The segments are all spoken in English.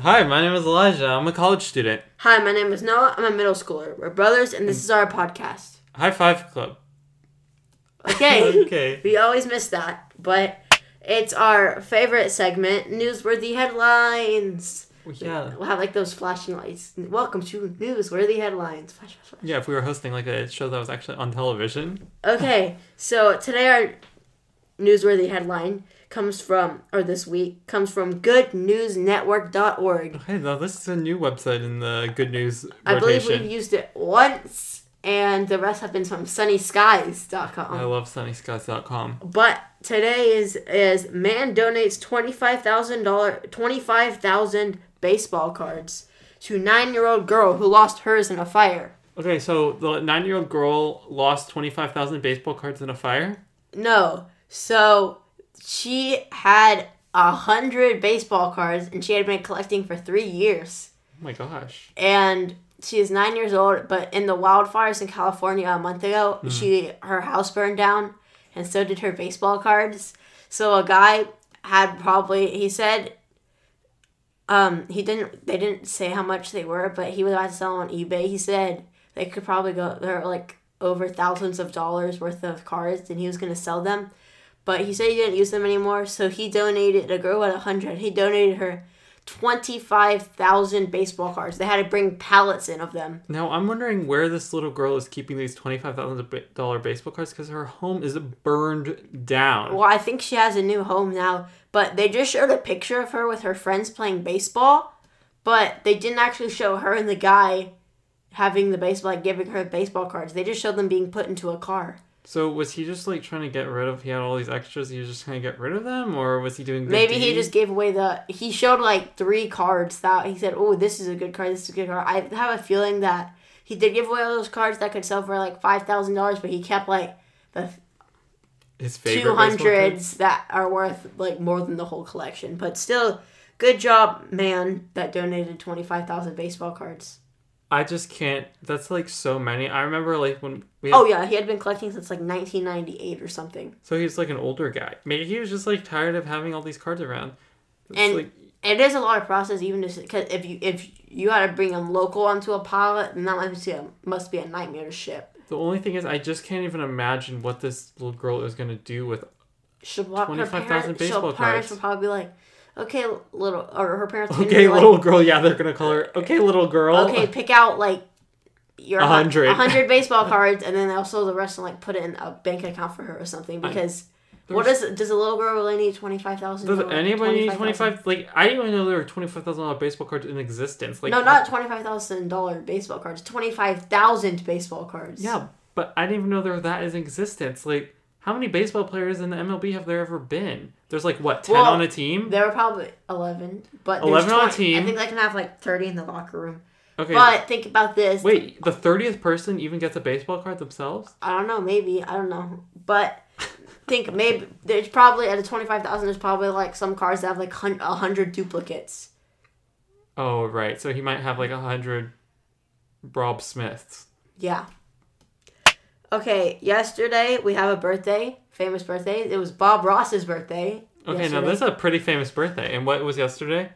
Hi, my name is Elijah. I'm a college student. Hi, my name is Noah. I'm a middle schooler. We're brothers, and this is our podcast. High Five Club. Okay. Okay. We always miss that, but it's our favorite segment, newsworthy headlines. Well, Yeah. We'll have like those flashing lights. Welcome to newsworthy headlines. Flash, flash, flash. Yeah, if we were hosting like a show that was actually on television. Okay, so today our newsworthy headline comes from, or this week comes from GoodNewsNetwork.org. Hey, now this is a new website in the good news I believe rotation. we've used it once, and the rest have been from SunnySkies.com. I love sunnyskies.com. But today is is man donates twenty five thousand dollar twenty five thousand baseball cards to nine year old girl who lost hers in a fire. Okay, so the nine year old girl lost 25,000 baseball cards in a fire. No, so she had a hundred baseball cards and she had been collecting for three years. Oh my gosh. And she is nine years old, but in the wildfires in California a month ago, she her house burned down, and so did her baseball cards. So a guy had probably he said um he didn't they didn't say how much they were but he was about to sell them on ebay he said they could probably go they're like over thousands of dollars worth of cards and he was going to sell them but he said he didn't use them anymore so he donated a girl at 100 he donated her 25,000 baseball cards they had to bring pallets in of them Now I'm wondering where this little girl is keeping these $25,000 baseball cards because her home is burned down. well i think she has a new home now but they just showed a picture of her with her friends playing baseball but they didn't actually show her and the guy having the baseball like giving her baseball cards they just showed them being put into a car So was he just like trying to get rid of? He had all these extras. He was just trying to get rid of them, or was he doing? good Maybe he deeds? just gave away the. He showed like three cards that he said, "Oh, this is a good card. This is a good card." I have a feeling that he did give away all those cards that could sell for like five thousand dollars, but he kept like the his two favorite baseball cards? hundreds that are worth like more than the whole collection. But still, good job, man, that donated twenty five thousand baseball cards. I just can't. That's like so many. I remember like when we. Had, Oh yeah, he had been collecting since like nineteen ninety eight or something. So he's like an older guy. Maybe he was just like tired of having all these cards around. It's And- like, It is a lot of process, even just because if you if you had to bring them local onto a pilot, then that must be a, must be a nightmare to ship. the only thing is, I just can't even imagine what this little girl is gonna do with. She'll wa- her 25,000 parents, she'll, baseball parents cards. will probably be like, okay, little, or her parents. are gonna Okay, be like, little girl. Yeah, they're gonna call her. Okay, little girl. Okay, pick out like your A hun- hundred. a hundred baseball cards, and then also the rest, and like put it in a bank account for her or something. Because what does does a little girl really need twenty five thousand? Does anybody need twenty five? Like I didn't even know there were twenty five thousand dollar baseball cards in existence. Like No, not twenty five thousand dollar baseball cards. Twenty five thousand baseball cards. Yeah, but I didn't even know there were that is in existence. Like, how many baseball players in the MLB have there ever been? There's like what ten Well, on a team. There were probably eleven, but there's 11 on a 20. team. I think they can have like thirty in the locker room. Okay, But think about this. wait, the thirtieth person even gets a baseball card themselves? I don't know, maybe. I don't know. But think maybe there's probably at a 25,000 there's probably like some cars that have like hun- 100 duplicates. Oh right, so he might have like a hundred Rob Smiths. Yeah. Okay, yesterday we have a birthday, famous birthday. It was Bob Ross's birthday. Okay, yesterday. now this is a pretty famous birthday. And what was yesterday?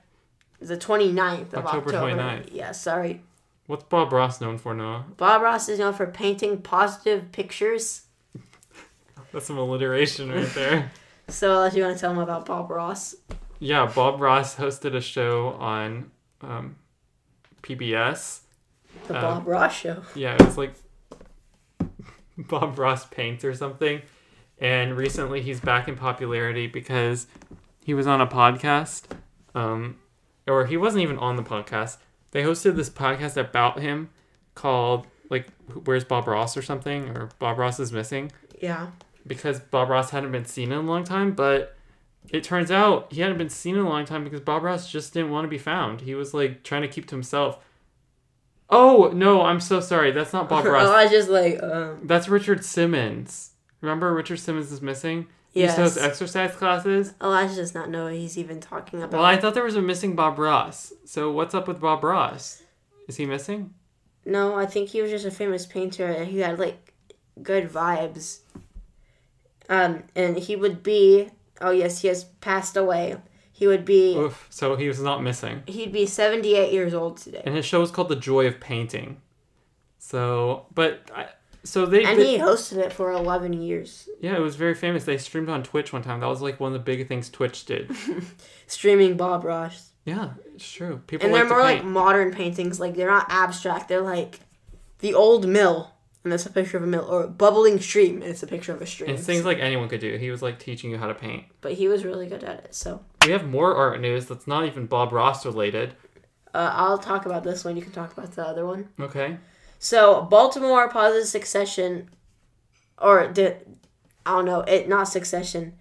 It's the 29th of October October. 29th. Yeah, sorry. What's Bob Ross known for, Noah? Bob Ross is known for painting positive pictures. That's some alliteration right there. So, unless you want to tell him about Bob Ross. Yeah, Bob Ross hosted a show on um, PBS. The Uh, Bob Ross show. Yeah, it's like Bob Ross paints or something. And recently he's back in popularity because he was on a podcast. Um, or he wasn't even on the podcast. They hosted this podcast about him called, like, Where's Bob Ross or something, or Bob Ross is Missing Yeah. because Bob Ross hadn't been seen in a long time, but it turns out he hadn't been seen in a long time because Bob Ross just didn't want to be found. He was like trying to keep to himself. Oh, no, I'm so sorry. That's not Bob Oh, I Ross. was just like, um, That's Richard Simmons. Remember Richard Simmons is missing? He used to Yes. host exercise classes. Elijah does not know what he's even talking about. Well, I thought there was a missing Bob Ross. So what's up with Bob Ross? Is he missing? No, I think he was just a famous painter who had like good vibes. Um, and he would be oh yes, he has passed away. He He would be Oof, so he was not missing. he'd be 78 years old today. And his show was called The Joy of Painting. So, but I, so they And did- he hosted it for 11 years. yeah, it was very famous. They streamed on Twitch one time. That was like one of the big things Twitch did. Streaming Bob Ross. yeah, it's true. People And like they're to more like paint. modern paintings. Like they're not abstract. They're like the old mill, and that's a picture of a mill, or bubbling stream, and it's a picture of a stream. and it's things like anyone could do. He was like teaching you how to paint. but he was really good at it. So We have more art news that's not even Bob Ross related. uh, I'll talk about this one. You can talk about the other one. Okay. So Baltimore pauses Succession, or di- I don't know it. Not Succession.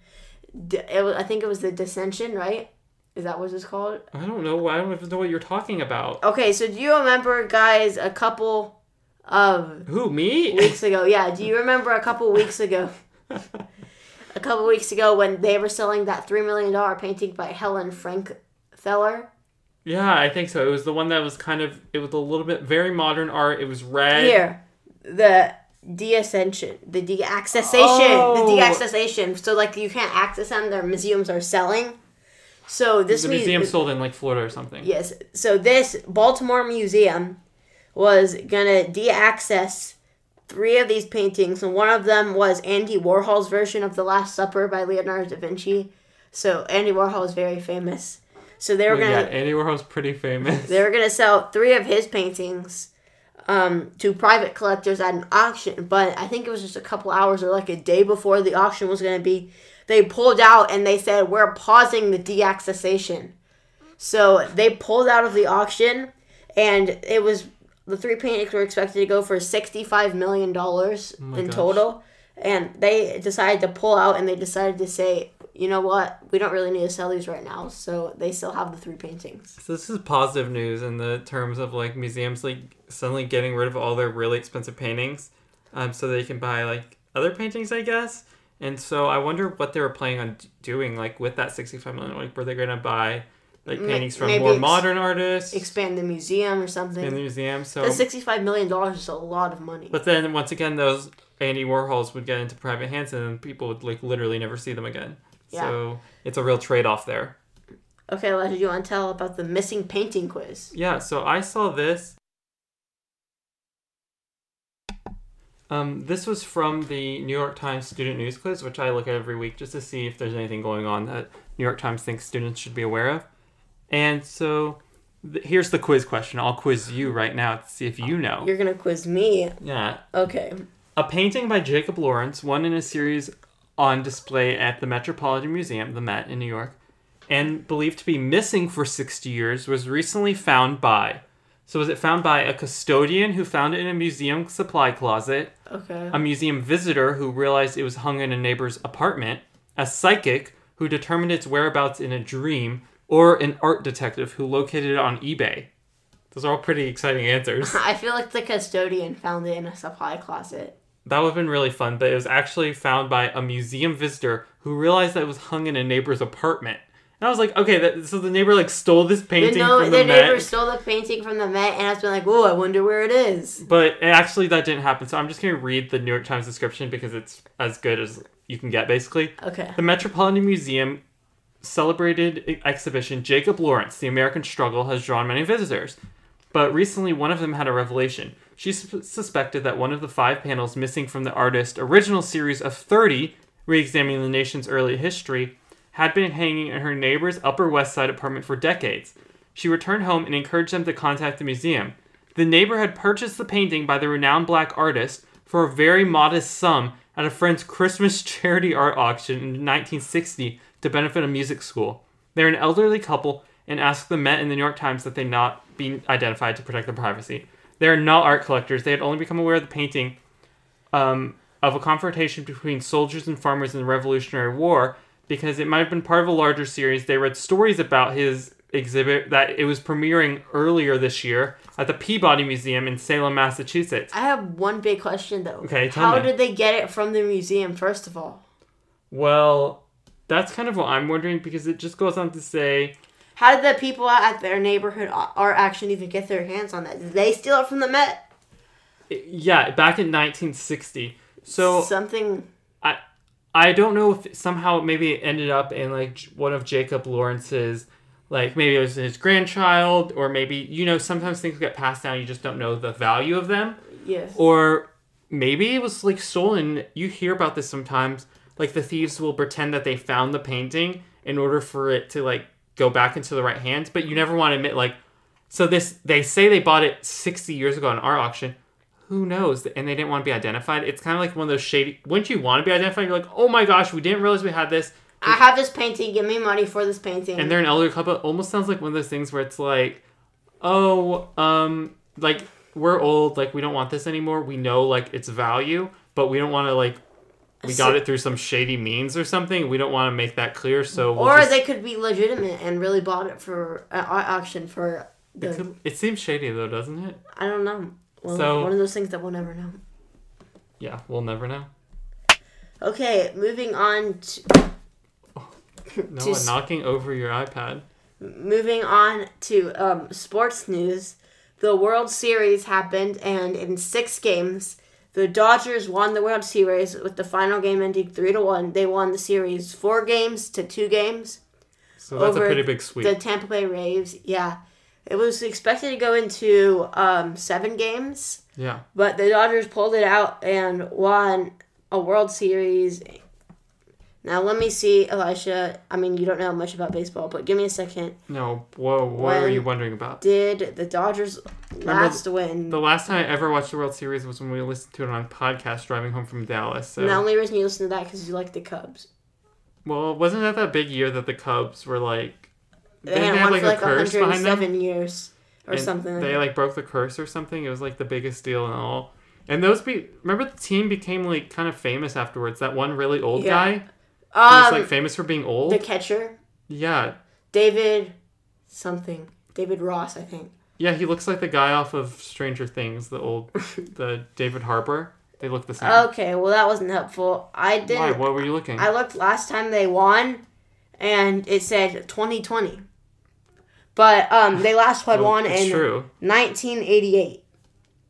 D- it was, I think it was the dissension, right? Is that what it's called? I don't know. I don't even know what you're talking about. Okay, so do you remember, guys, a couple of Who, me? weeks ago? Yeah, do you remember a couple weeks ago? a couple weeks ago when they were selling that three million dollar painting by Helen Frank Feller. yeah, I think so. It was the one that was kind of, it was a little bit very modern art. It was red. Here, the deascension, the deaccessation, Oh. the deaccessation. So like you can't access them. Their museums are selling. So this The mu- museum sold in like Florida or something. Yes. So this Baltimore museum was gonna de-access three of these paintings, and one of them was Andy Warhol's version of The Last Supper by Leonardo da Vinci. So Andy Warhol is very famous. So they were yeah, gonna Andy Warhol's pretty famous. they were gonna sell three of his paintings um, to private collectors at an auction, but I think it was just a couple hours or like a day before the auction was gonna be. They pulled out and they said we're pausing the deaccessation. So they pulled out of the auction, and it was the three paintings were expected to go for sixty-five million dollars in gosh. total, and they decided to pull out and they decided to say, you know what, we don't really need to sell these right now. So they still have the three paintings. So this is positive news in the terms of like museums like suddenly getting rid of all their really expensive paintings, um, so they can buy like other paintings, I guess. And so I wonder what they were planning on d- doing like with that sixty-five million. Like, were they gonna buy like Ma- paintings from maybe more ex- modern artists expand the museum or something. in the museum? So, the sixty-five million dollars is a lot of money. but then once again, those Andy Warhols would get into private hands, and then people would like literally never see them again. Yeah. So it's a real trade-off there. Okay, Elijah, you want to tell about the missing painting quiz? Yeah, so I saw this. Um, this was from the New York Times student news quiz, which I look at every week just to see if there's anything going on that New York Times thinks students should be aware of. And so th- here's the quiz question. I'll quiz you right now to see if you know. You're gonna quiz me. Yeah. Okay. A painting by Jacob Lawrence, one in a series on display at the Metropolitan Museum, the Met in New York, and believed to be missing for 60 years, was recently found by. So, was it found by a custodian who found it in a museum supply closet, Okay. a museum visitor who realized it was hung in a neighbor's apartment, a psychic who determined its whereabouts in a dream, or an art detective who located it on eBay? Those are all pretty exciting answers. I feel like the custodian found it in a supply closet. That would have been really fun, but it was actually found by a museum visitor who realized that it was hung in a neighbor's apartment. And I was like, okay, that, so the neighbor like stole this They painting know from the their neighbor Met, stole the painting from the Met, and it's been like, "Whoa, I wonder where it is." but actually that didn't happen. So I'm just gonna read the New York Times description because it's as good as you can get, basically. Okay. The Metropolitan Museum celebrated e- exhibition Jacob Lawrence, The American Struggle, has drawn many visitors. But recently, one of them had a revelation. She sus- suspected that one of the five panels missing from the artist's original series of 30, re examining the nation's early history, had been hanging in her neighbor's Upper West Side apartment for decades. She returned home and encouraged them to contact the museum. The neighbor had purchased the painting by the renowned black artist for a very modest sum at a friend's Christmas charity art auction in 1960 to benefit a music school. They're an elderly couple and asked the Met and the New York Times that they not be identified to protect their privacy. They are not art collectors. They had only become aware of the painting um, of a confrontation between soldiers and farmers in the Revolutionary War because it might have been part of a larger series. They read stories about his exhibit that it was premiering earlier this year at the Peabody Museum in Salem, Massachusetts. I have one big question though. Okay, tell How me. did they get it from the museum? First of all, Well, that's kind of what I'm wondering because it just goes on to say how did the people at their neighborhood a- art action even get their hands on that? Did they steal it from the Met? yeah, back in 1960. So Something. I I don't know if somehow maybe it ended up in like J- one of Jacob Lawrence's, like maybe it was his grandchild, or maybe, you know, sometimes things get passed down, you just don't know the value of them. Yes. Or maybe it was like stolen. You hear about this sometimes. Like the thieves will pretend that they found the painting in order for it to like go back into the right hands, but you never want to admit like so this they say they bought it 60 years ago on our auction. Who knows? And they didn't want to be identified. It's kind of like one of those shady. Wouldn't you want to be identified? You're like, oh my gosh, we didn't realize we had this. I have this painting. Give me money for this painting. And they're an elder couple. It almost sounds like one of those things where it's like, oh, um, like we're old, like we don't want this anymore. We know like its value, but we don't want to like we got So- it through some shady means or something. We don't want to make that clear. So we'll or just- they could be legitimate and really bought it for an au- auction for it, the could- it seems shady though, doesn't it? I don't know. One, So- one of those things that we'll never know. Yeah, we'll never know. Okay, moving on. To, No, Just- knocking over your iPad. moving on to um, sports news. The World Series happened, and in six games, the Dodgers won the World Series with the final game ending three to one. They won the series four games to two games. So that's Over a pretty big sweep. The Tampa Bay Rays, yeah, it was expected to go into um, seven games. yeah. But the Dodgers pulled it out and won a World Series. Now let me see, Elisha. I mean, you don't know much about baseball, but give me a second. No. Whoa. What are When- you wondering about? Did the Dodgers last win? The last time I ever watched the World Series was when we listened to it on podcast driving home from Dallas. So And the only reason you listen to that because you like the Cubs. well, wasn't that that big year that the Cubs were like They, didn't hadn't they won for like 107 years or And something. Like They that. like broke the curse or something. It was like the biggest deal and all. And those be remember the team became like kind of famous afterwards. That one really old Yeah. guy who was um, like famous for being old. the catcher yeah, David something David Ross, I think. yeah. He looks like the guy off of Stranger Things. The old, the David Harper. They look the same. Okay, well that wasn't helpful. I didn't. Why? What were you looking? Oh, I looked last time they won, and it said 2020. But um, they last had Well, one it's in true. 1988.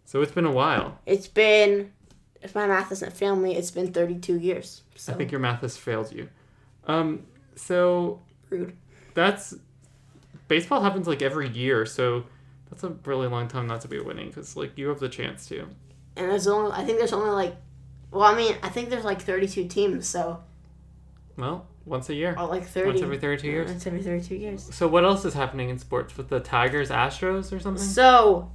So it's been a while. It's been, if my math isn't failing me, it's been 32 years. So I think your math has failed you. Um, so rude. that's baseball happens like every year. So that's a really long time not to be winning because like you have the chance to. And there's only, I think there's only like, well, I mean, I think there's like 32 teams, so Well, once a year. or like 30. Once every 32 years. Once every 32 years. So what else is happening in sports with the Tigers, Astros, or something? So,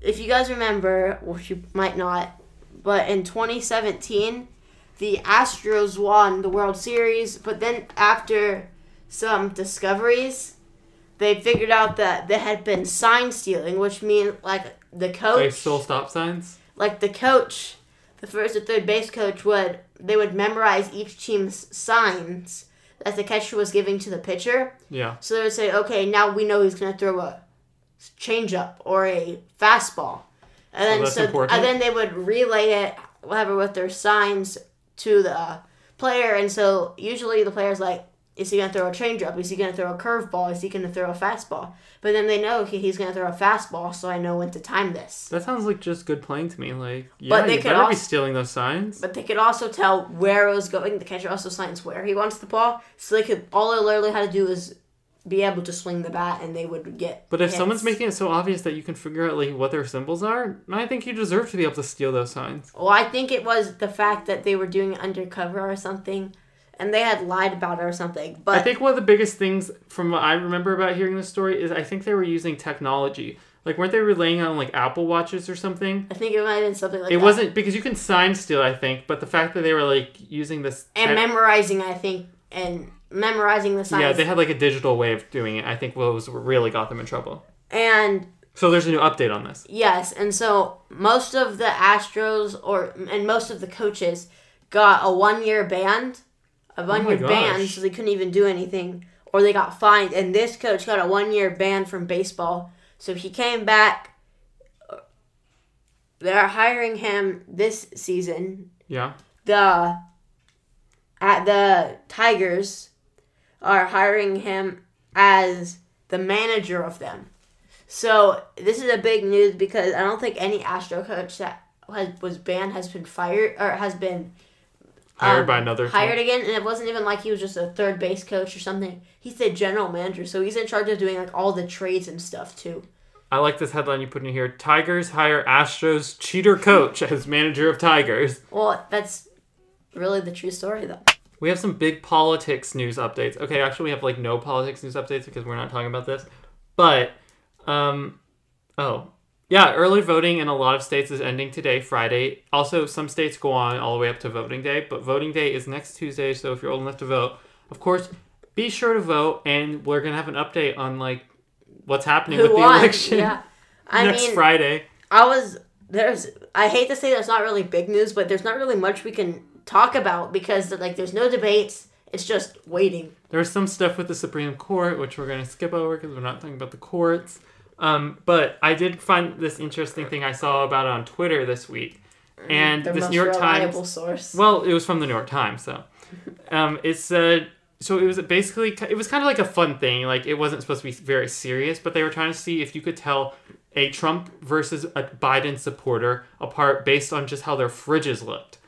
if you guys remember, which you might not, but in 2017, the Astros won the World Series, but then after some discoveries, they figured out that there had been sign stealing, which means like the They coach, stole stop signs. like the coach, the first or third base coach would they would memorize each team's signs that the catcher was giving to the pitcher. Yeah. So they would say, okay, now we know he's going to throw a changeup or a fastball. And then, that's so, important. and then they would relay it, whatever, with their signs to the player. And so usually the player's like, is he going to throw a changeup? Is he going to throw a curveball? Is he going to throw a fastball? But then they know, okay, he's going to throw a fastball, so I know when to time this. That sounds like just good playing to me. Like yeah, But they you could better be als- stealing those signs. But they could also tell where it was going. The catcher also signs where he wants the ball. So they could, all they literally had to do was be able to swing the bat and they would get. But if hits. someone's making it so obvious that you can figure out like what their symbols are, I think you deserve to be able to steal those signs. Well, I think it was the fact that they were doing it undercover or something, and they had lied about it or something. But I think one of the biggest things from what I remember about hearing this story is I think they were using technology. Like, weren't they relying on like Apple Watches or something? it might have been something like It that. wasn't because you can sign steal, I think, but the fact that they were like using this. and tech- memorizing. I think and memorizing the signs. yeah, they had like a digital way of doing it. I think was what really got them in trouble. and So there's a new update on this. yes, and so most of the Astros or and most of the coaches got a one-year ban, a one-year ban, gosh. so they couldn't even do anything, or they got fined. And this coach got a one-year ban from baseball, so he came back. They're hiring him this season Yeah. the at the Tigers are hiring him as the manager of them. So this is a big news because I don't think any Astro coach that has, was banned has been fired or has been Hired um, by another. hired team. again, and it wasn't even like he was just a third base coach or something. He's the general manager, so he's in charge of doing like all the trades and stuff too. I like this headline you put in here. Tigers hire Astros cheater coach as manager of Tigers. Well, that's really the true story though. We have some big politics news updates. Okay, actually, we have like no politics news updates because we're not talking about this. But, um, oh, yeah, early voting in a lot of states is ending today, Friday. Also, some states go on all the way up to voting day, but voting day is next Tuesday. So if you're old enough to vote, of course, be sure to vote. And we're gonna have an update on like what's happening with the election Yeah, I next mean, Friday. I was there's I hate to say that's not really big news, but there's not really much we can talk about because like there's no debates. It's just waiting. There's some stuff with the Supreme Court, which we're going to skip over because we're not talking about the courts. Um, but I did find this interesting thing I saw about it on Twitter this week. And Their this Mm-hmm. most New York reliable Times. source. Well, it was from the New York Times, so. Um, it said. So it was basically. It was kind of like a fun thing. Like, it wasn't supposed to be very serious, but they were trying to see if you could tell a Trump versus a Biden supporter apart based on just how their fridges looked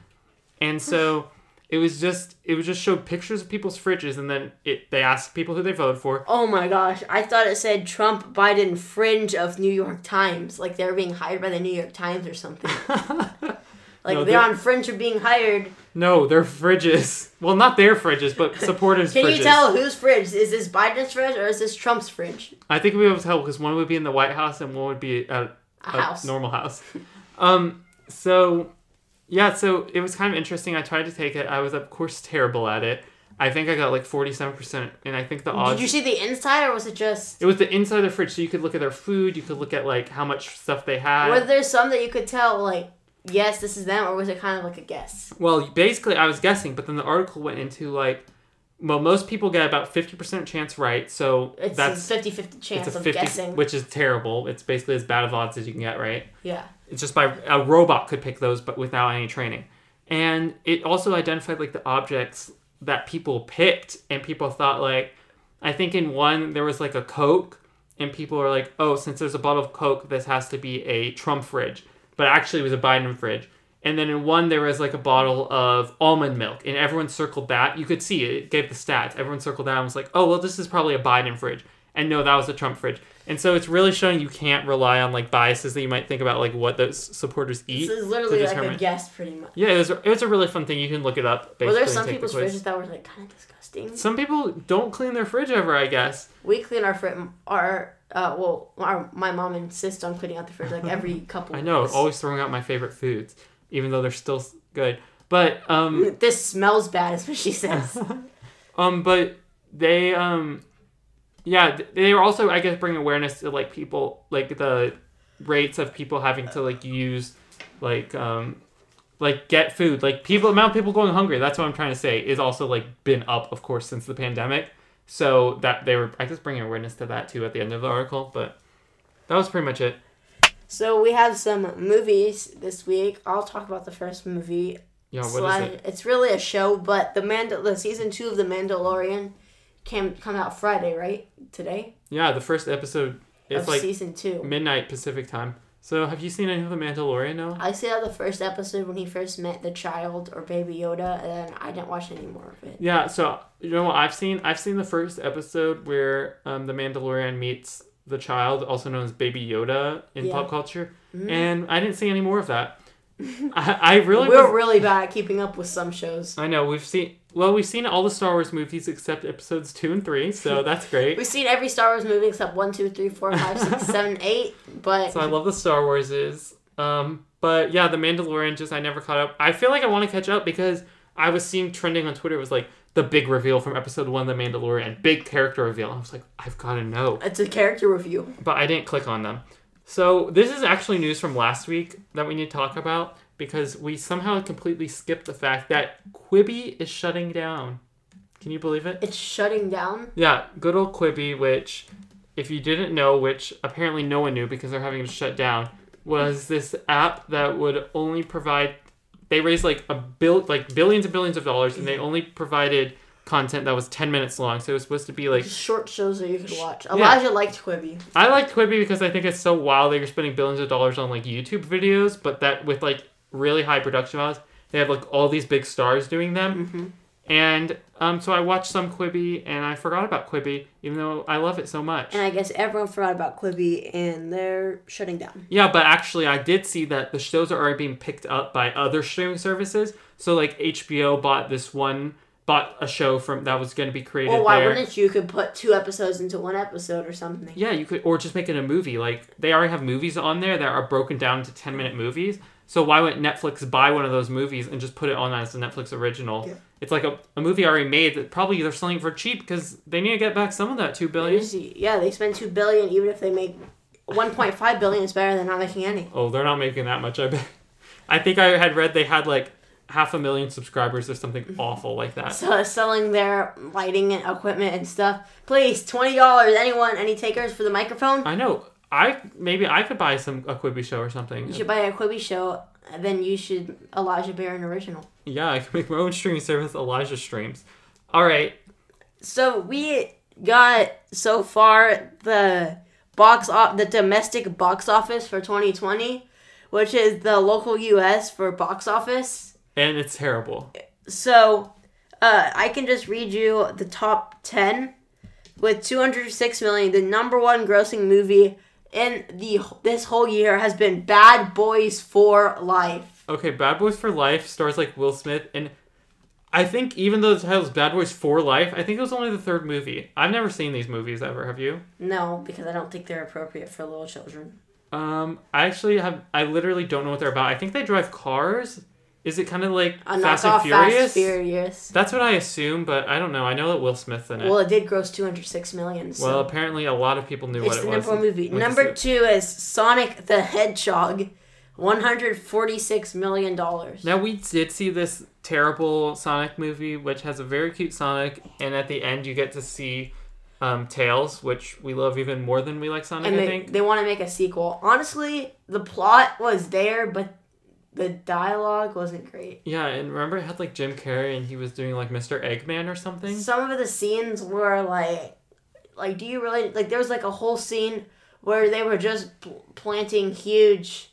and so it was just it was just showed pictures of people's fridges and then it they asked people who they voted for Oh my gosh, I thought it said Trump Biden fringe of New York Times. Like they're being hired by the New York Times or something. like No, they're they're- on fringe of being hired. no their fridges well not their fridges but supporters Can fridges you tell whose fringe? Is this Biden's fringe or is this Trump's fringe? i think we would be able to tell because one would be in the white house and one would be at A house. normal house um so yeah so it was kind of interesting i tried to take it i was of course terrible at it i think i got like 47% and i think the odds Did you see the inside or was it just it was the inside of the fridge so you could look at their food you could look at like how much stuff they had were there some that you could tell like yes this is them or was it kind of like a guess? Well, basically, I was guessing, but then the article went into like, well, most people get about fifty percent chance right, so It's that's a 50-50 chance it's a of fifty, guessing. which is terrible. It's basically as bad of odds as you can get, right? yeah. It's just by a robot could pick those, but without any training. And it also identified like the objects that people picked, and people thought like, I think in one there was like a Coke, and people are like, oh, since there's a bottle of Coke, this has to be a Trump fridge, but actually it was a Biden fridge. And then in one there was like a bottle of almond milk, and everyone circled that. You could see it, it gave the stats. Everyone circled that and was like, oh, well, this is probably a Biden fridge. And no, that was a Trump fridge. And so it's really showing you can't rely on like biases that you might think about like what those supporters eat. This is to literally like determine- a guess pretty much. yeah, it was, it was a really fun thing. You can look it up. Were there basically, and some take the people's quiz. fridges that were like kind of disgusting? Some people don't clean their fridge ever, I guess. We clean our fridge. Our uh, well, our, my mom insists on cleaning out the fridge like every couple. I know, weeks. always throwing out my favorite foods, even though they're still s- good. But um, This smells bad, is what she says. um, but they um, yeah, th- they were also I guess bring awareness to like people like the rates of people having to like use like um like get food like people amount of people going hungry that's what i'm trying to say is also like been up of course since the pandemic so that they were i guess bringing awareness to that too at the end of the article but that was pretty much it so we have some movies this week. I'll talk about the first movie. yeah Oh, what is slash- it It's really a show, but the Mandal the season two of the Mandalorian came come out Friday, right? Today Yeah, the first episode it's of like season two. midnight Pacific time. So have you seen any of the Mandalorian now? I see out the first episode when he first met the child or Baby Yoda, and then I didn't watch any more of it. Yeah, so you know what I've seen? I've seen the first episode where um, the Mandalorian meets the child, also known as Baby Yoda in Yeah. Mm-hmm. pop culture, and I didn't see any more of that. I, I really We're was- really bad at keeping up with some shows. I know we've seen well we've seen all the Star Wars movies except episodes two and three, so that's great. We've seen every Star Wars movie except one, two, three, four, five, six, seven, eight. But So I love the Star Warses. Um, but yeah, the Mandalorian just I never caught up. I feel like I want to catch up because I was seeing trending on Twitter it was like the big reveal from episode one, of The Mandalorian, big character reveal. I was like, I've got to know, it's a character review. but I didn't click on them. So this is actually news from last week that we need to talk about because we somehow completely skipped the fact that Quibi is shutting down. Can you believe it? It's shutting down. Yeah, good old Quibi, which, if you didn't know, which apparently no one knew because they're having to shut down, was this app that would only provide. They raised like a bill, like billions and billions of dollars, and they only provided content that was ten minutes long. So it was supposed to be like. Short shows that you could watch. Yeah. Elijah liked Quibi. I like Quibi because I think it's so wild that you're spending billions of dollars on like YouTube videos, but that with like really high production values. They have like all these big stars doing them. Mm-hmm. And um, so I watched some Quibi and I forgot about Quibi, even though I love it so much. And I guess everyone forgot about Quibi and they're shutting down. Yeah, but actually, I did see that the shows are already being picked up by other streaming services. So, like HBO bought this one, bought a show from that was going to be created Well, why there. wouldn't you? You could put two episodes into one episode or something. Yeah, you could, or just make it a movie. Like they already have movies on there that are broken down into ten minute movies. So why wouldn't Netflix buy one of those movies and just put it on as a Netflix original? Yeah. It's like a, a movie already made that probably they're selling for cheap because they need to get back some of that two They billion. just- Yeah, they spend two billion, even if they make one point five billion is better than not making any. Oh, they're not making that much. I bet. I think I had read they had like half a million subscribers or something awful like that. So selling their lighting and equipment and stuff. Please, twenty dollars. Anyone, any takers for the microphone? I know. I maybe I could buy some a Quibi show or something. You should buy a Quibi show. Then you should Elijah Bear an original. Yeah, I could make my own streaming service, Elijah Streams. All right, So we got so far the box off the domestic box office for 2020, which is the local U.S. for box office. and it's terrible. So, uh, I can just read you the top 10 with 206 million. The number one grossing movie in the this whole year has been Bad Boys for Life. Okay, Bad Boys for Life stars like Will Smith, and I think even though the title's Bad Boys for Life, I think it was only the third movie. I've never seen these movies ever. Have you? No, because I don't think they're appropriate for little children. Um, I actually have. I literally don't know what they're about. I think they drive cars. Is it kind of like A Fast and knockoff Furious? Fast Furious. That's what I assume, but I don't know. I know that Will Smith's in it. Well, Well, it did gross 206 million. So apparently a lot of people knew it's what it the was. number one movie. Went to see Number it. two is Sonic the Hedgehog, 146 million dollars. Now we did see this terrible Sonic movie, which has a very cute Sonic, and at the end you get to see um, Tails, which we love even more than we like Sonic. and I they, think. they want to make a sequel. Honestly, the plot was there, but the dialogue wasn't great. Yeah, and remember it had like Jim Carrey, and he was doing like Mr. Eggman or something. Some of the scenes were like, like, do you really like? There was like a whole scene where they were just pl- planting huge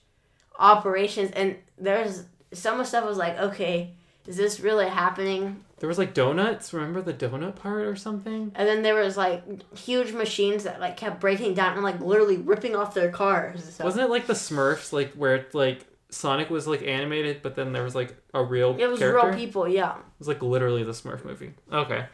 operations, and there's some of the stuff was like, okay, is this really happening? There was like donuts. Remember the donut part or something? And then there was like huge machines that like kept breaking down and like literally ripping off their cars. So. Wasn't it like the Smurfs, like where it's like Sonic was like animated, but then there was like a real it was character? real people, yeah. It was like literally the Smurf movie. Okay.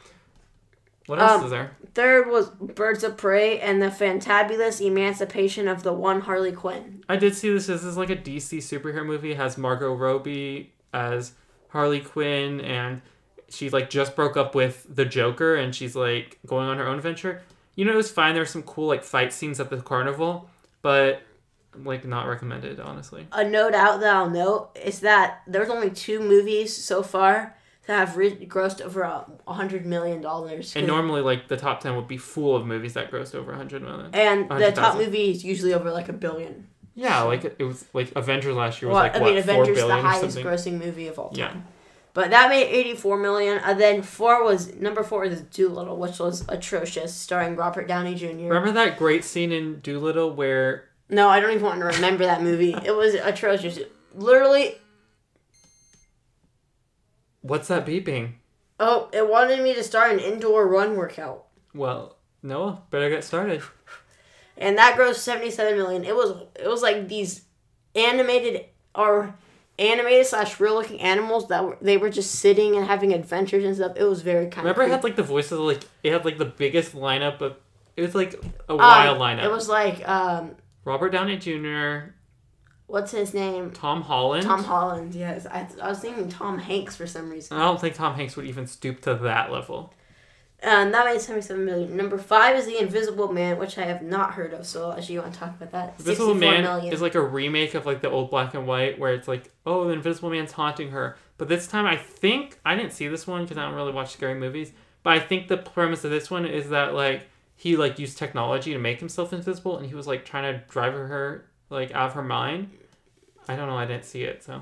What else Um, is there? Third was Birds of Prey and the Fantabulous Emancipation of the One Harley Quinn. I did see this. This is like a DC superhero movie. It has Margot Robbie as Harley Quinn, and she like just broke up with the Joker, and she's like going on her own adventure. You know, it was fine. There's some cool like fight scenes at the carnival, but like not recommended, honestly. A note out that I'll note is that there's only two movies so far that have re- grossed over a hundred million dollars. And normally, like the top ten would be full of movies that grossed over 100 million. And the top 100,000. movie is usually over like a billion. Yeah, like it was like Avengers last year was Well, like I what mean, four Avengers the billion or highest something. grossing movie of all time. Yeah. But that made 84 million. And then four was number four is Doolittle, which was atrocious, starring Robert Downey Jr. Remember that great scene in Doolittle where No, I don't even want to remember that movie. It was atrocious. Literally, what's that beeping? oh, it wanted me to start an indoor run workout. Well, Noah, better get started. And that grossed 77 million. It was it was like these animated or animated slash real looking animals that were, they were just sitting and having adventures and stuff. It was very kind Remember, it of had like the voices of like it had like the biggest lineup of it was like a Uh, wild lineup. It was like um Robert Downey Jr., what's his name? Tom Holland. Tom Holland. Yes. I, I was thinking Tom Hanks for some reason. I don't think Tom Hanks would even stoop to that level. And Um, that made 77 million. Number 5 is The Invisible Man, which I have not heard of. So, actually, you want to talk about that? Invisible 64 Man million. is like a remake of like the old black and white where it's like, oh, the Invisible Man's haunting her. But this time, I think I didn't see this one because I don't really watch scary movies. But I think the premise of this one is that like he like used technology to make himself invisible, and he was like trying to drive her like out of her mind. I don't know. I didn't see it, so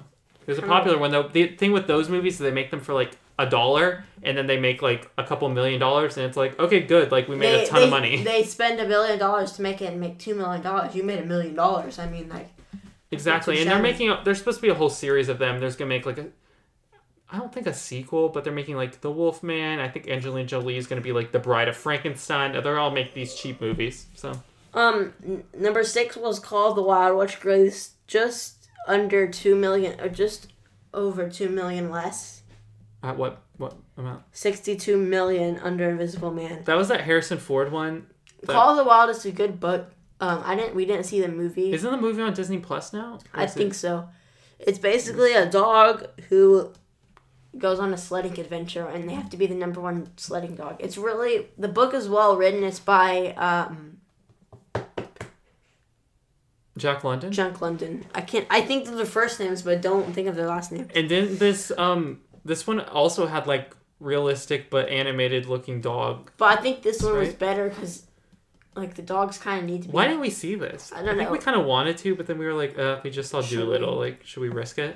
it was a Oh. popular one though. The thing with those movies is they make them for like a dollar, and then they make like a couple million dollars, and it's like, okay, good, like we made a ton of money. They spend a billion dollars to make it and make two million dollars. You made a million dollars. I mean, like Exactly, That's and they're insane. making a, there's supposed to be a whole series of them. There's gonna make like a I don't think a sequel, but they're making like The Wolfman. I think Angelina Jolie is going to be like The Bride of Frankenstein. They're all make these cheap movies. So Um, n- number six was called The Wild, which grossed just under two million, or just over two million less. at what what amount? Sixty-two million under Invisible Man. That was that Harrison Ford one. That- Call of the Wild is a good book. Um, I didn't. We didn't see the movie. Isn't the movie on Disney Plus now? I think so. It's basically a dog who goes on a sledding adventure, and they have to be the number one sledding dog. It's really the book is well written. It's by um, Jack London. Junk London. I can't. I think of the first names, but don't think of their last name. and then this um this one also had like realistic but animated looking dog. But I think this one was Right. better because, like, the dogs kind of need to be. Why didn't we see this? I don't think know. we kind of wanted to, but then we were like, uh, we just saw Should Doolittle. Like, should we risk it?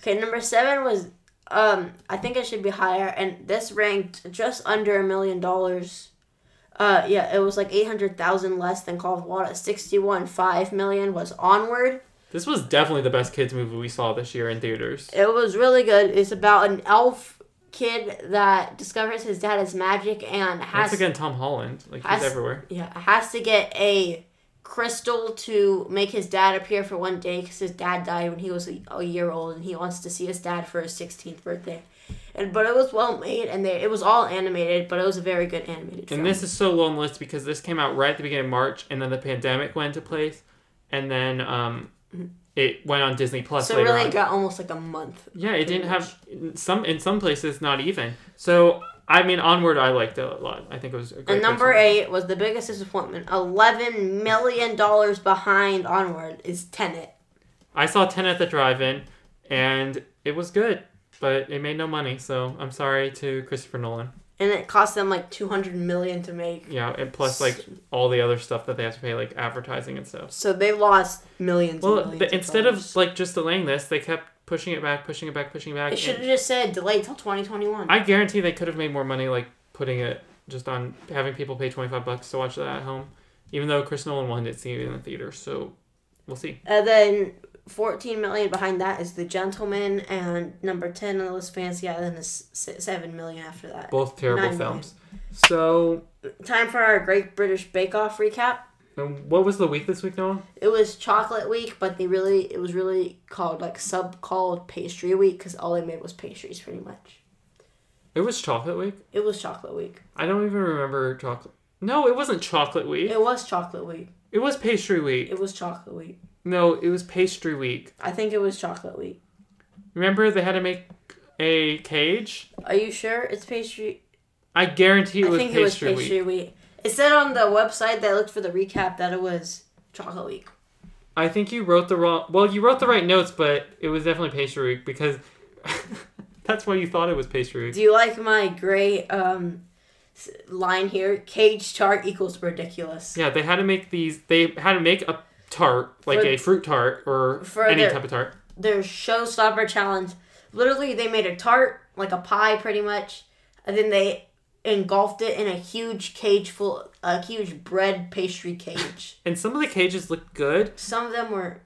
Okay, number seven was um I think it should be higher, and this ranked just under a million dollars. Uh yeah, it was like eight hundred thousand less than Call of Water. Sixty one five million was onward. This was definitely the best kids movie we saw this year in theaters. It was really good. It's about an elf kid that discovers his dad is magic and has Once again, Tom Holland. Like he's has- everywhere. yeah has to get a crystal to make his dad appear for one day because his dad died when he was a, a year old and he wants to see his dad for his 16th birthday and but it was well made and they, it was all animated but it was a very good animated film. And this is so low on the list because this came out right at the beginning of March, and then the pandemic went into place, and then um, it went on Disney Plus Mm-hmm. so later really on. it got almost like a month Yeah, it pretty didn't have in some in some places not even. So I mean, onward, I liked it a lot. I think it was a great. and number picture. eight was the biggest disappointment 11 million dollars behind onward is tenet I saw Ten at the drive-in, and it was good, but it made no money. So I'm sorry to Christopher Nolan. and it cost them like 200 million to make Yeah, and plus like all the other stuff that they have to pay, like advertising and stuff. so they lost millions and Well, millions the, instead dollars. of like just delaying this, they kept pushing it back, pushing it back, pushing it back. it should and have just said delayed till 2021 I guarantee they could have made more money, like putting it just on having people pay twenty five bucks to watch that at home. Even though Chris Nolan wanted to see it in the theater, so we'll see. And then 14 million behind that is The Gentleman, and number 10 on the list, Fancy Island, is s- 7 million after that. Both terrible Nine films. So, Time for our Great British Bake Off recap. um, what was the week this week, Noah? It was Chocolate Week, but they really, it was really called like sub called Pastry Week because all they made was pastries pretty much. It was Chocolate Week. It was Chocolate Week. I don't even remember chocolate. No, it wasn't Chocolate Week. It was Chocolate Week. It was Pastry Week. It was Chocolate Week. No, it was Pastry Week. I think it was Chocolate Week. Remember they had to make a cage. Are you sure it's Pastry? I guarantee it, I was, think pastry it was Pastry Week. Week. It said on the website that I looked for the recap that it was Chocolate Week. I think you wrote the wrong. Well, you wrote the right notes, but it was definitely Pastry Week because that's why you thought it was Pastry Week. Do you like my great um, s- line here? Cage tart equals ridiculous. Yeah, they had to make these. They had to make a tart, like For- a fruit tart or for any their- type of tart. Their showstopper challenge. Literally, they made a tart, like a pie, pretty much, and then they engulfed it in a huge cage full, a huge bread pastry cage. And some of the cages looked good. Some of them were.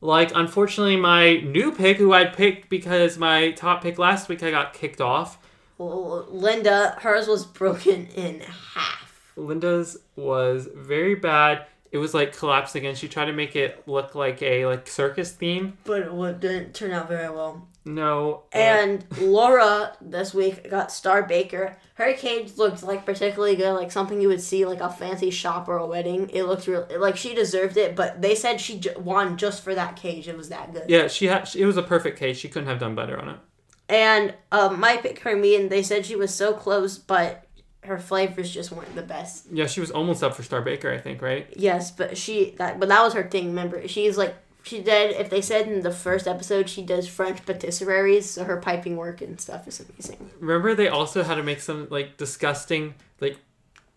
Like, unfortunately, my new pick, who I picked because my top pick last week, I got kicked off. Well, Linda, hers was broken in half. Linda's was very bad. It was like collapsing, and she tried to make it look like a like circus theme. But it wa- didn't turn out very well. No, uh, And Laura this week got Star Baker. Her cage looked like particularly good, like something you would see like a fancy shop or a wedding. It looked real, like she deserved it, but they said she j- won just for that cage. It was that good. yeah, she had. It was a perfect case. She couldn't have done better on it. And um, my pick Hermione, they said she was so close, but her flavors just weren't the best. Yeah, she was almost up for Star Baker, I think, right? Yes, but she that but that was her thing. Remember, she's like she did. If they said in the first episode, she does French patisseries, so her piping work and stuff is amazing. Remember, they also had to make some like disgusting like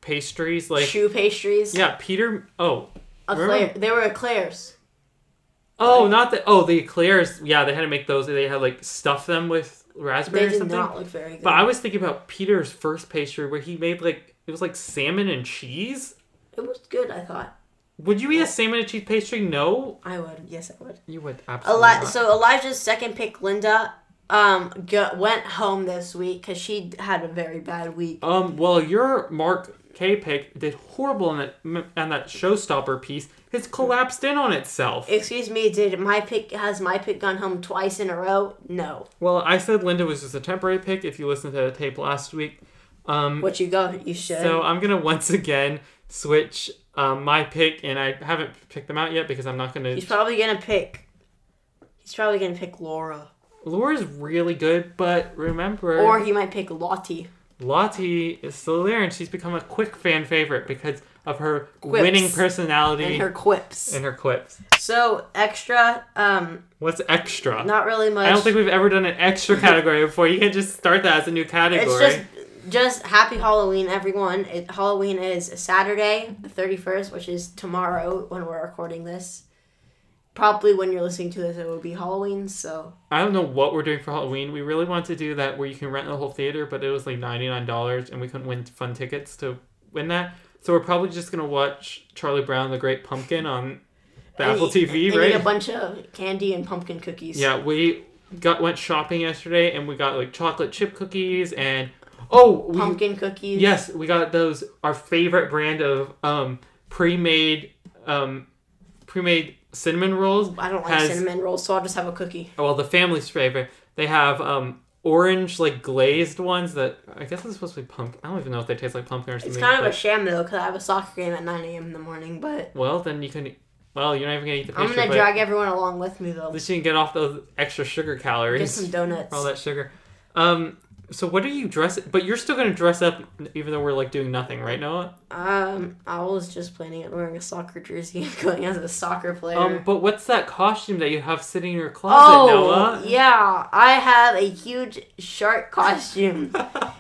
pastries, like Shoe pastries, yeah, Peter. Oh, eclair. They were eclairs. oh, not the oh the eclairs. Yeah, they had to make those. They had like stuff them with raspberry They or did something. not look very good. But I was thinking about Peter's first pastry where he made like it was like salmon and cheese. it was good, I thought. Would you eat a salmon and cheese pastry? No, I would. Yes, I would. you would absolutely. Eli- not. so Elijah's second pick, Linda. um go, went home this week because she had a very bad week. Um, well, your Mark K-Pick did horrible in that, in that Showstopper piece. It's collapsed in on itself. Excuse me, did my pick has my pick gone home twice in a row? No. Well, I said Linda was just a temporary pick if you listened to the tape last week. Um, What you go? You should. so I'm going to once again switch um, my pick, and I haven't picked them out yet because I'm not going to he's probably gonna pick. He's probably gonna pick Laura, Laura's really good, but remember, or he might pick Lottie. Lottie is still there, and she's become a quick fan favorite because of her winning personality and her quips. and her quips. so extra, um, What's extra? not really much. I don't think we've ever done an extra category before. You can't just start that as a new category. it's just just happy Halloween, everyone. It, Halloween is Saturday, the thirty first, which is tomorrow when we're recording this. Probably when you're listening to this, it will be Halloween. So I don't know what we're doing for Halloween. We really wanted to do that where you can rent the whole theater, but it was like ninety nine dollars, and we couldn't win fun tickets to win that. So we're probably just gonna watch Charlie Brown and the Great Pumpkin on the And Apple eat- TV, and eat right? a bunch of candy and pumpkin cookies. Yeah, we got went shopping yesterday and we got like chocolate chip cookies and oh we, pumpkin cookies. yes we got those our favorite brand of um pre-made um pre-made cinnamon rolls. I don't like Has- cinnamon rolls, so I'll just have a cookie. Well, the family's favorite. They have um orange like glazed ones that I guess it's supposed to be pumpkin. I don't even know if they taste like pumpkin or something. It's kind of a but- sham though, because I have a soccer game at nine a.m. in the morning. But well then you can well you're not even gonna eat the I'm pastry. gonna but drag everyone along with me though. at least you can get off those extra sugar calories. Get some donuts. all that sugar. Um, so what are you dress? But you're still gonna dress up, even though we're like doing nothing, right, Noah? Um, I was just planning on wearing a soccer jersey and going as a soccer player. Um, but what's that costume that you have sitting in your closet, oh, Noah? yeah, I have a huge shark costume.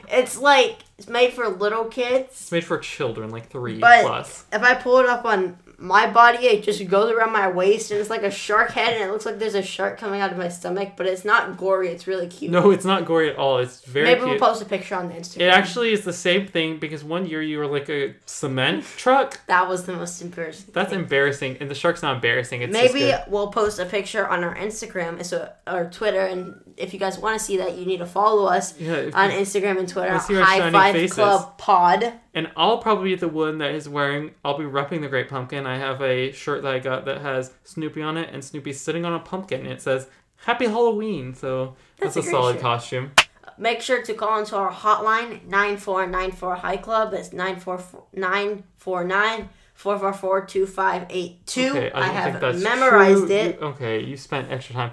it's like it's made for little It's kids. made for children, like three But- plus. If I pull it up on my body, it just goes around my waist and it's like a shark head, and it looks like there's a shark coming out of my stomach. But it's not gory. It's really cute. No, it's not gory at all. It's very Maybe cute. we'll post a picture on the Instagram. it actually is the same thing because one year you were like a cement truck. that was the most embarrassing. That's thing. embarrassing, and the shark's not embarrassing. It's just Maybe good. we'll post a picture on our Instagram so or Twitter, and if you guys want to see that, you need to follow us Yeah, if on you- Instagram and Twitter. Let's see our High shining Five faces. Club Pod. and I'll probably be the one that is wearing. I'll be repping the Great Pumpkin. I have a shirt that I got that has Snoopy on it, and Snoopy's sitting on a pumpkin. And it says "Happy Halloween," so that's, That's a a, great solid shirt. costume. Make sure to call into our hotline nine four nine four High Club. It's 949 444 2582. I don't think have that's memorized true. it. You- okay, you spent extra time.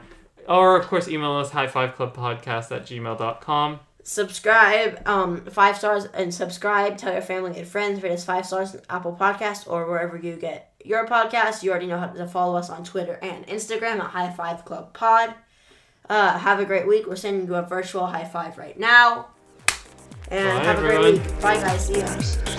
Or of course, email us highfiveclubpodcast at gmail.com. Subscribe, um, five stars, and subscribe. Tell your family and friends. Rate us five stars on Apple Podcasts or wherever you get your podcast. You already know how to follow us on Twitter and Instagram at High Five Club Pod. Uh, have a great week. We're sending you a virtual high five right now. And Bye, have a great everyone. week. Bye, guys. See ya.